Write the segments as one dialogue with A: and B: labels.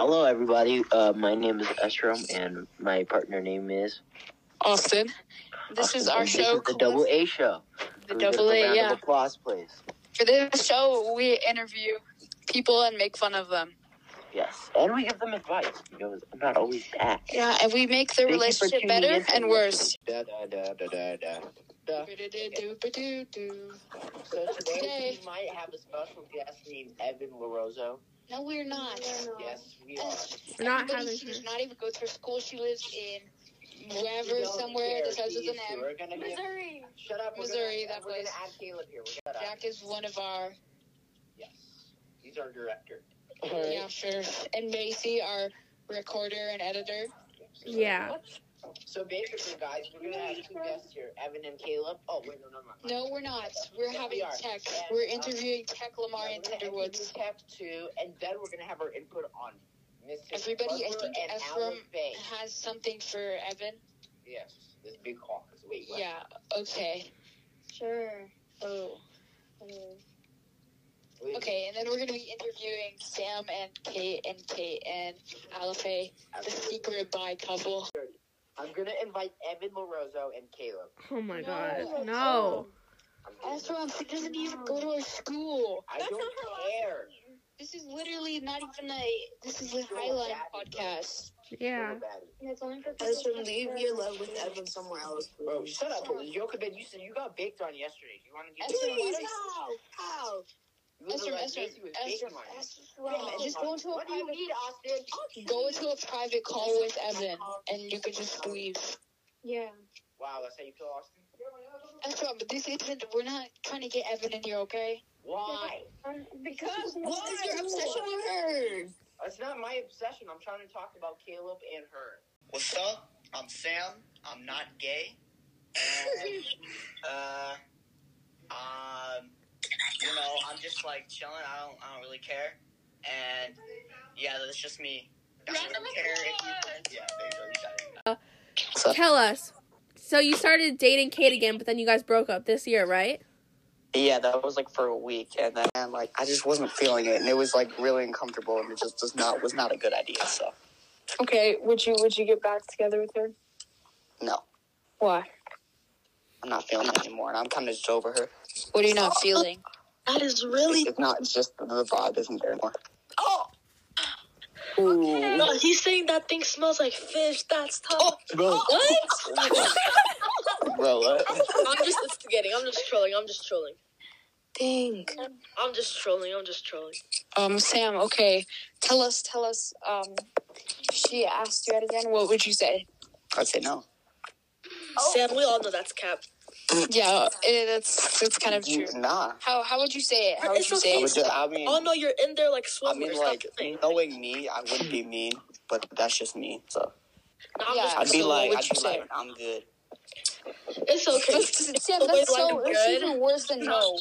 A: Hello, everybody. Uh, my name is Estrom, and my partner name is.
B: Austin. This is our
A: and This
B: show.
A: is the Double A Show.
B: The
A: Can we give
B: double
A: us
B: A,
A: round
B: yeah.
A: Of applause, please.
B: For this show, we interview people and make fun of them.
A: Yes, and we give them advice because I'm not always bad.
B: Yeah, and we make their
A: Thank you for
B: relationship
A: tuning
B: better
A: in to
B: and
A: this.
B: worse.
A: Da, da, da, da, da, da. da. So
B: Today-
A: today we might have a special guest named Evan LaRoso.
B: No, we're not.
A: Yes, we are.
C: We're not
B: Everybody,
C: having
B: she
C: her.
B: does not even go to her school. She lives in wherever,
A: We don't
B: somewhere
A: care
B: that starts with
A: who
B: an
A: you-
B: M.
A: We're gonna give,
D: Missouri.
A: shut up. we're
B: Missouri,
A: gonna-
B: that
A: We're going
B: place.
A: to add Caleb here. We're gonna,
B: Jack is one of our,
A: Yes, he's our director.
B: yeah, sure. And Macy, our recorder and editor.
C: Yeah.
A: So basically, guys, we're gonna have two guests here, Evan and Caleb. Oh wait, no, no, no. no.
B: No, we're not. We're having
A: We are.
B: Tech.
A: And,
B: We're
A: um,
B: interviewing Tech Lamar
A: Yeah,
B: and
A: we're gonna
B: Thunderwoods.
A: interview Cap too, and then we're gonna have our input on Mrs.
B: Everybody, I
A: Butler
B: think
A: and
B: Ephraim
A: Alan Faye.
B: has something for Evan.
A: Yes, this big caucus. Wait, what?
B: Yeah. Okay.
D: Sure.
B: Oh.
A: Wait,
B: Okay, and then we're gonna be interviewing Sam and Kate and Kate and Alife, the secret bi couple.
A: I'm gonna invite Evan Morozo and Caleb.
C: Oh my god.
B: No.
C: No.
A: I'm gonna-
B: Ezra she doesn't even go to our school.
A: I don't care.
B: This is literally not even a. This is a Highline podcast.
A: Little
C: Yeah.
A: baddie.
D: That's only for
B: love with Evan somewhere else.
A: Bro, shut up. Yoka Ben, you said you got baked on yesterday. You wanna get
B: Ezra, why
A: you
B: don't you?
D: How?
A: look
B: Ezra,
A: like
B: Ezra,
A: Macy with bacon on you.
B: Just go into a
A: What do you
B: private-
A: need, Austin?
B: Go into a private call with Evan, and you could just leave.
D: Yeah.
A: Wow, that's how you feel, Austin?
B: Ezra, but this isn't. We're not trying to get Evan in here, okay?
A: Why?
D: Because
B: What is your obsession with her?
A: It's not my obsession. I'm trying to talk about Caleb and her.
E: What's up? I'm Sam. I'm not gay. And, uh, um, you know, I'm just like chilling. I don't, I don't really care. And yeah, that's just me. I don't care. If you, yeah, there you go. You got it.
C: Tell us. So you started dating Kate again, but then you guys broke up this year, right?
E: Yeah, that was like for a week, and then and, like I just wasn't feeling it, and it was like really uncomfortable, and it just does not was not a good idea. So
D: Okay, would you would you get back together with her?
E: no,
D: Why?
E: I'm not feeling it anymore, and I'm kind of just over her.
B: What are you not feeling?
D: That is
E: It's,
D: really
E: it's not it's just the vibe isn't there anymore.
D: oh no. He's saying that thing smells like fish. That's tough.
E: Oh, Bro,
D: What?
E: bro, what?
D: I'm just it's getting. I'm just trolling. I'm just trolling.
B: Dang.
D: I'm just trolling. I'm just trolling.
B: Um, Sam. Okay, tell us. Tell us. Um, if she asked you out again. What would you say?
E: I'd say no.
B: Oh.
D: Sam, we all know that's cap.
B: Yeah, eh, that's that's kind of true.
E: You- Nah.
B: How how would you say it? How would
D: It's
B: you
D: okay.
E: I,
B: say
E: would
B: it?
E: just, I mean,
D: Oh no, you're in there like
E: I
D: swimming.
E: mean,
D: Stop
E: like
D: playing.
E: knowing me, I wouldn't be mean, but that's just me. So
D: No, I'm just-
E: I'd be
B: So what
E: like,
B: would
E: I'd
B: you
E: be
B: say?
E: like, I'm good.
D: it's okay.
B: That's, Sam,
D: The way
B: that's
D: like
B: so. It's
D: good.
B: even worse than no.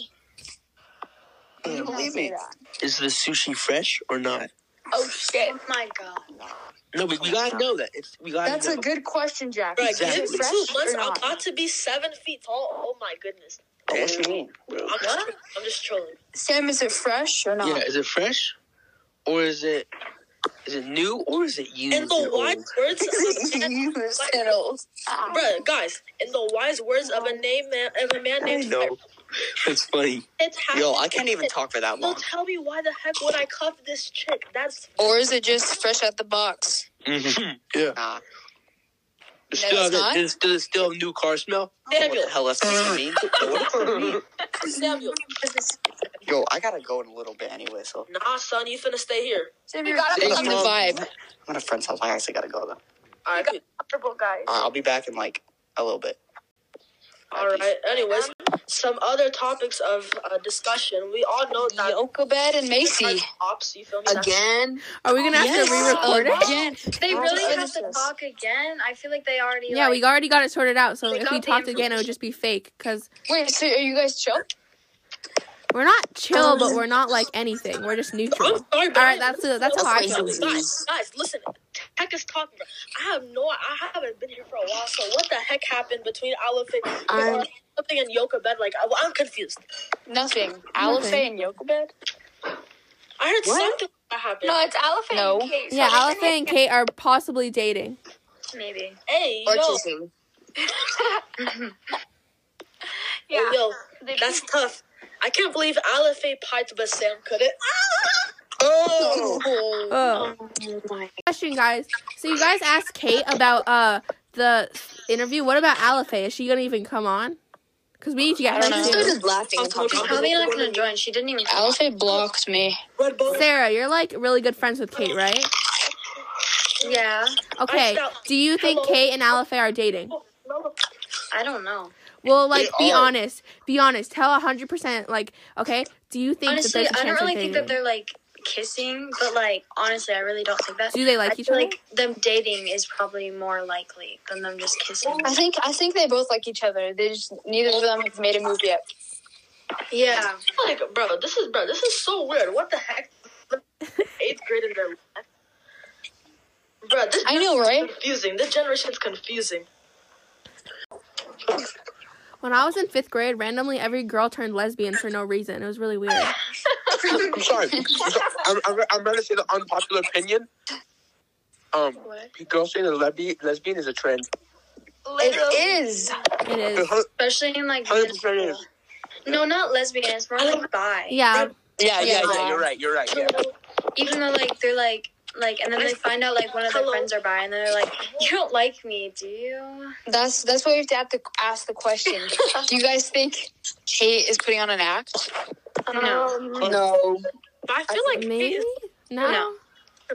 E: Can you believe me?
F: is the sushi fresh or not?
D: Oh shit.
B: my god.
F: No, but we gotta know that. It's we gotta know.
B: good question, Jack.
D: Right,
F: Exactly.
D: give me
F: Fresh
D: two months.
B: or
D: I'm
B: not?
D: about to be seven feet tall. Oh my goodness.
E: Oh, what you mean?
D: I'm just, I'm just trolling.
B: Sam, is it fresh or
F: Yeah, is it fresh, or is it is it new, or is it used?
D: In the
F: and
D: wise
F: old?
D: words of a man,
B: Skittles.
D: bruh, guys, in the wise words of a name man, of a man
F: I
D: named
F: know. It's funny.
D: it's ha-
E: Yo, I can't even talk for that
D: So
E: long.
D: tell me why the heck would I cuff this chick? That's
B: Or is it just fresh out the box?
F: Mm-hmm. Yeah.
E: Nah.
F: Does
B: No,
F: it still
B: it's
F: have
B: not.
F: that- does, does it still have new car smell?
E: What
D: Samuel.
E: the hell that's supposed to mean? What does it mean?
D: Samuel.
E: Yo, I gotta go in a little bit anyway, so
D: Nah, son, you finna stay here.
B: Sam, you're taking the vibe.
E: I'm at a friend's house. I actually gotta go though. Alright,
D: Alright, peace.
E: I'll be back in like a little bit.
D: alright. Anyways, some other topics of uh, discussion. We all know that
B: Yokobed and Macy.
D: ops. You feel me? That's-
C: Are we gonna have
B: Yes.
C: to re-record it?
B: Again.
G: They
B: I'll
G: really
B: just
G: have
B: finish
G: to
B: this.
G: talk again. I feel like they already.
C: Yeah,
G: like,
C: we already got it sorted out. So
G: We
C: if
G: got
C: we
G: the
C: talked again, it
G: information.
C: would just be fake because
B: Wait, so are you guys chill?
C: we're not chill, but we're not like anything. We're just
D: I'm
C: neutral.
D: sorry,
C: All right, that's that's how I feel.
D: Guys, guys, listen. Tech is talking. Bro. I have no. I haven't been here for a while. So what the heck happened between Elephant and something in Yoka bed? Like I, I'm confused.
B: Nothing.
C: Nothing.
B: Alife and Yokobed?
D: I heard
A: What?
D: something that happened.
G: No, it's Elephant
B: No.
G: and Kate. so
C: Yeah,
G: I think
C: Elephant and Kate are possibly dating.
G: Maybe.
D: hey,
A: Or
D: yo,
A: kissing.
G: Yeah.
D: yo,
G: They-
D: that's tough. I can't believe Alife piped, but Sam couldn't.
C: Oh. Question, guys. So you guys asked Kate about uh the interview. What about Alife? Is she gonna even come on? Cause we need to get
B: I don't
C: her
B: know.
A: She
C: too.
A: started laughing. and talking
G: She's
A: about
G: probably
A: it.
G: not gonna join. She didn't even.
B: Alfie blocked me.
D: Red Bull.
C: Sarah, you're like really good friends with Kate, right?
G: Yeah.
C: Okay. Do you think
D: Hello.
C: Kate and Alife are dating?
D: No,
G: I don't know.
C: Well, like,
H: They
C: be
H: are.
C: honest. Be honest. Tell hundred percent. Like, okay. Do you think
G: Honestly,
C: that there's a
G: I don't
C: chance
G: really
C: of
G: think
C: dating?
G: that they're like kissing, but like honestly, I really don't think that.
C: Do they like
G: I
C: each
G: feel
C: other?
G: like them dating is probably more likely than them just kissing.
B: I think I think they both like each other. They just neither of them have made a move yet.
G: Yeah.
D: like, bro, this is bro, this is so weird. What the heck? Eighth grade in their life. Bro, this
B: I know, right?
D: confusing. This generation's confusing.
C: When I was in fifth grade, randomly every girl turned lesbian for no reason. It was really weird.
H: I'm sorry. I'm, I'm, I'm going to say the unpopular opinion. Um, girls saying a lesbian, lesbian is a trend.
B: It is.
C: It
H: It
C: is.
H: hun-
G: Especially in like.
H: 100% it is.
G: No, not lesbian. It's more like bi.
C: Yeah.
H: Yeah, yeah,
B: Yeah.
H: yeah. You're right. You're right. Yeah.
G: Even though like they're like like, and then they find out like one of their
D: Hello.
G: friends are bi, and they're like, "You don't like me, do you?"
B: That's that's why we have to, have to ask the question. Do you guys think Kate is putting on an act?
G: No.
B: No.
D: I feel like
C: Maybe.
D: it
C: No.
G: No.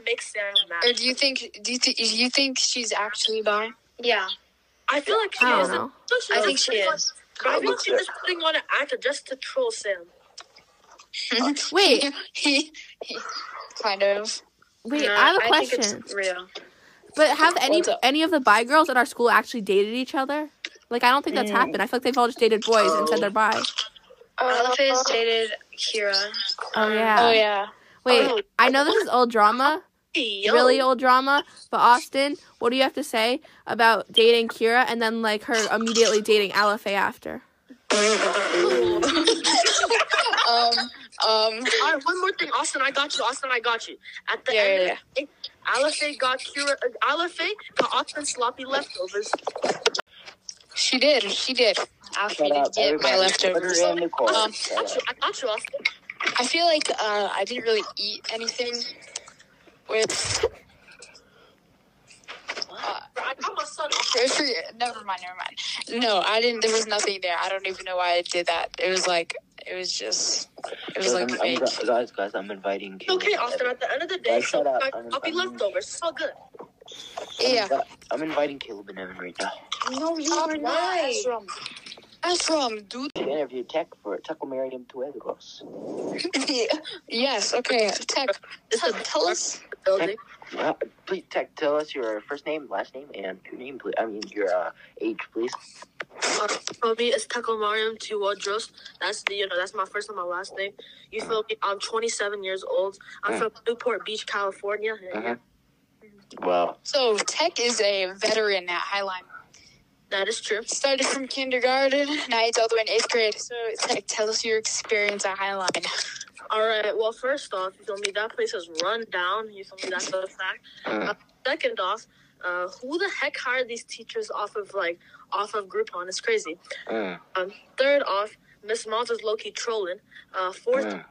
D: makes Sam
B: Or
D: mad.
B: do you think do you, th- do you think she's actually bi?
G: Yeah.
D: I feel like she
C: I
D: is.
C: don't know.
G: I think she
D: Bro,
G: is.
D: I feel like she's just putting on an actor just to troll Sam.
C: Wait.
B: he, he kind of.
C: Wait.
G: No,
C: I have a
G: think
C: question.
G: it's real.
C: But have any
B: What's up?
C: any of the bi girls at our school actually dated each other? Like I don't think that's happened. I feel like they've all just dated boys and said they're bi.
G: Alphys dated Kira.
C: Oh yeah.
B: Oh yeah.
C: Wait,
D: Oh.
C: I know this is old drama,
D: Yo.
C: really old drama. But Austin, what do you have to say about dating Kira and then like her immediately dating Alife after?
B: Um um
D: All right, one more thing, Austin. I got you, Austin. I got you. At the
B: Yeah,
D: end,
B: yeah,
D: It, Alife got Kira. uh, Alife got Austin's sloppy leftovers.
B: she did. She did. Alfie
F: Shut
B: did
F: up,
B: get my
F: everybody.
B: leftovers.
F: Everybody in the chorus.
B: Um,
D: I got
F: Shut
D: you.
F: up.
D: I got you, Austin.
B: I feel like uh, I didn't really eat anything. With uh,
D: Bro, I got my son.
B: I forget- never mind, never mind. No, I didn't. There was nothing there. I don't even know why I did that. It was like it was just it was like
F: I'm-
B: fake.
F: I'm- guys, guys, I'm inviting
D: It's okay, Austin. At the end of the day,
F: Guys, shut up.
D: uh, I,
F: I'm-
D: will be
F: I'm-
D: leftovers. It's all good.
B: Yeah.
F: I'm inviting Caleb and Evan right now.
B: No, you are not.
G: Why?
B: Ashram. Ashram, dude.
F: She interviewed Tech for it. Tech will marry him to Edros.
B: yes. Okay. Tech.
D: It's
B: Tech,
D: a
B: tell us.
D: building.
F: Uh, please, Tech, tell us your first name, last name, and your name, please. I mean, your uh, age, please.
D: Uh, for me, it's Taco Mariam to Wodros. That's the you know that's my first and my last name. You feel me? I'm 27 years old. I'm from Newport Beach, California.
F: Uh-huh. Well,
B: So Tech is a veteran at Highline.
D: That is true.
B: Started from kindergarten, now it's all the way in eighth grade. So Tech, tell us your experience at Highline.
D: All right. Well, first off, you feel me? That place is run down. You feel me? That's a fact.
F: uh,
D: Second off, uh, who the heck hired these teachers off of like off of Groupon? It's crazy.
F: uh,
D: Um, third off, Miss Miles is low key trolling. Uh, fourth,
F: uh.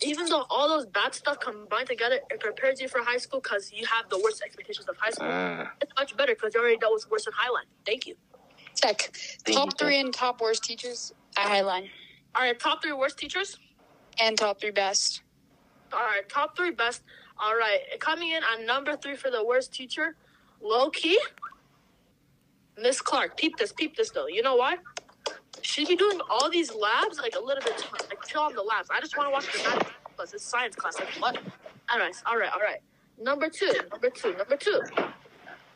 D: even though all those bad stuff combined together, it prepares you for high school because you have the worst expectations of high school.
F: uh.
D: It's much better because you already dealt with worse in Highline. Thank you.
B: Tech,
F: Thank you,
B: top three and top worst teachers at Highline,
D: All right, top three worst teachers.
B: and top three best.
D: All right, top three best. All right, coming in at number three for the worst teacher, low key, Miss Clark. Peep this, peep this though. You know why? She be doing all these labs like a little bit, too much. like chill on the labs. I just want to watch the math class, it's science class. Like what? All right, all right, all right. Number two, number two, number two.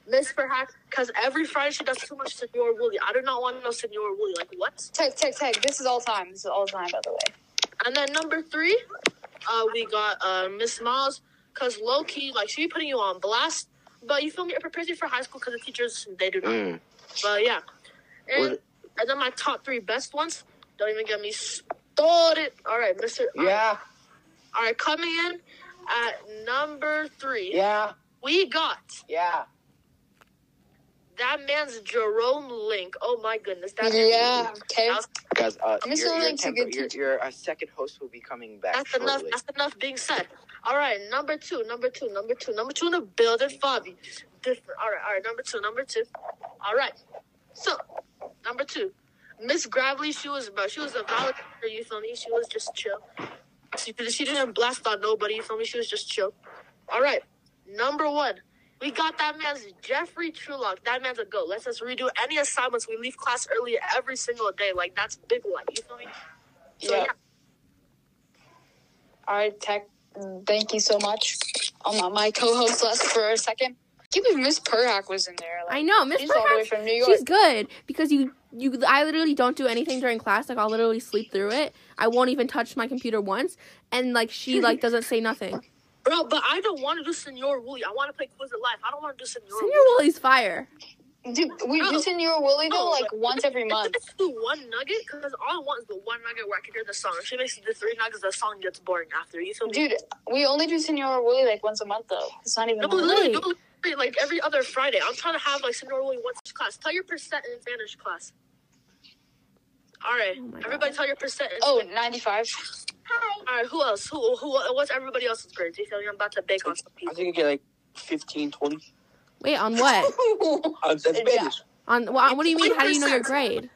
D: Miss perhaps because every Friday she does too much Senor Wooly. I do not want no Senor Wooly. Like what?
B: Tech, Tech, Tech. This is all time. This is all time, by the way.
D: And then number three, uh, we got uh, Miss Miles, cause low key, like she be putting you on blast, but you feel me? It prepares you for high school, cause the teachers they do not.
F: Mm.
D: But yeah,
F: Was
D: and, and then my top three best ones. Don't even get me started. All right, Mister.
F: Yeah.
D: are coming in at number three.
F: Yeah,
D: We got
F: yeah.
D: that man's Jerome Link. Oh my goodness, that's
B: Yeah. Okay.
F: Guys, uh,
B: I'm just
F: your,
B: gonna
F: your,
B: link to
F: temper,
B: good
F: your, your uh, second host will be coming back
D: That's
F: shortly.
D: enough. That's enough being said. All right, number two, number two, number two, number two in the building, Fabi. Different. All right, all right, number two, number two. All right. So, number two, Miss Gravely, she was bro. She was a volunteer. You feel me? She was just chill. She didn't. She didn't blast on nobody. You feel me? She was just chill. All right. Number one, we got that man's Jeffrey Trulock. That man's a goat. Let's just redo any assignments. We leave class early every single day. Like that's big one. You feel me? So,
B: Yeah. All right, Tech. Thank you so much. Um, my co-host left for a second. Give me Miss Perhack was in there. Like,
C: I know, Miss
B: she's all the way
C: Perhaps.
B: from New York.
C: She's good because you you I literally don't do anything during class. Like I'll literally sleep through it. I won't even touch my computer once, and like she like doesn't say nothing.
D: Bro, but I don't want to do Senor Wooly. I want to play Quiz of Life. I don't want to do Senor
C: Senior
D: Wooly.
C: Wooly's fire.
B: Dude, we
D: Oh.
B: do Senor Willie though
D: Oh.
B: like once every month.
D: It's the one nugget because all I want is the one nugget where I can hear the song. If she makes the three nuggets, the song gets boring after. You feel me?
B: Dude, we only do Senor Willie like once a month though. It's not even.
D: no,
B: a month.
D: literally, no, literally, like every other Friday. I'm trying to have like Senor Wooly once each class. Tell your percent in Spanish class. All right,
C: Oh my
D: everybody, tell your percent. In
B: Oh,
D: Spanish.
B: 95.
D: all right. Who else? Who? Who? What's everybody else's grades? You feel me? I'm about to bake on some
H: I
D: people.
H: think I get like 15, 20.
C: Wait, on what?
H: I'm that's
B: Yeah.
H: Spanish.
C: On wha- what do you mean? How do you know your grade?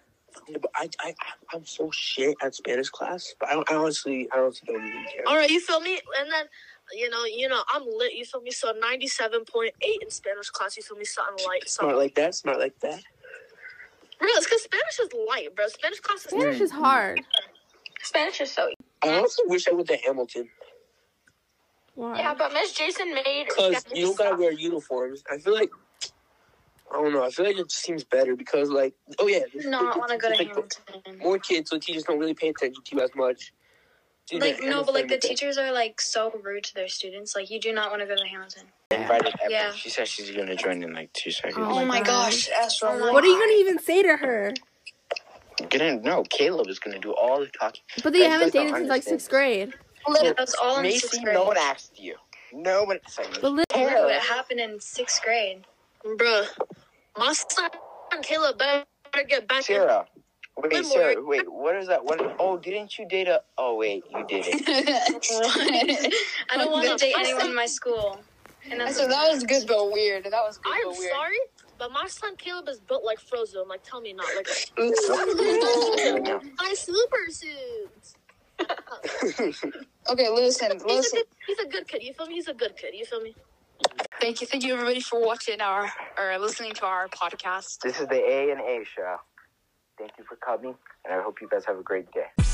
H: Yeah, but I, I, I- I'm so shit at Spanish class. But I, don't- I honestly, I honestly don't even care.
D: All right, you feel me? And then, you know, you know, I'm lit. You feel me? So ninety-seven point eight in Spanish class. You feel me? Something light.
H: Smart
D: Something.
H: like that, smart like that.
D: Bro, it's because Spanish is light, bro. Spanish class is.
C: Spanish is hard.
G: Spanish is so.
H: I honestly wish I went to Hamilton.
C: Why?
G: but Miss Jason made.
H: Because you don't gotta wear uniforms. I feel like, I don't know, I feel like it just seems better because, like, oh yeah. there's-
G: No, I want to go to
H: there's, like,
G: Hamilton.
H: More kids, so teachers don't really pay attention to you as much. Dude,
G: Like
H: I
G: no, but like the
H: understand
G: teachers are like so rude to their students. Like you do not want to go to Hamilton.
F: Invited Evan.
G: Yeah.
F: She said she's gonna join in like two seconds.
C: Oh
B: Oh
C: my
B: my
C: God.
B: gosh, Astro.
C: What are you gonna even say to her?
F: Get in. No, Caleb is gonna do all the talking.
C: But they
F: I
C: haven't
F: just don't
C: dated since like
F: understand.
C: sixth grade.
G: Yeah, that's all in
F: Macy,
G: sixth grade.
F: no one asked you. No one. Sorry,
C: But li-
G: Bro, it happened in sixth grade.
D: Bro, my son Caleb better get back. in-
F: Sarah. Wait,
D: Good
F: Sarah. Wait, what is that? What? Oh, didn't you date a? Oh, wait, you did it.
G: I don't want to date anyone in my school. And that's
B: So that was good but weird. That was good
D: I'm
B: but weird.
D: sorry, but my son Caleb is built like Frozen. Like, tell me not. Like, my super suit.
B: okay, listen,
D: He's a
B: listen.
D: good. He's a good kid. You feel me? He's a good kid. You feel me?
B: Thank you, thank you everybody for watching our or listening to our podcast.
F: This is the A and A show. Thank you for coming, and I hope you guys have a great day.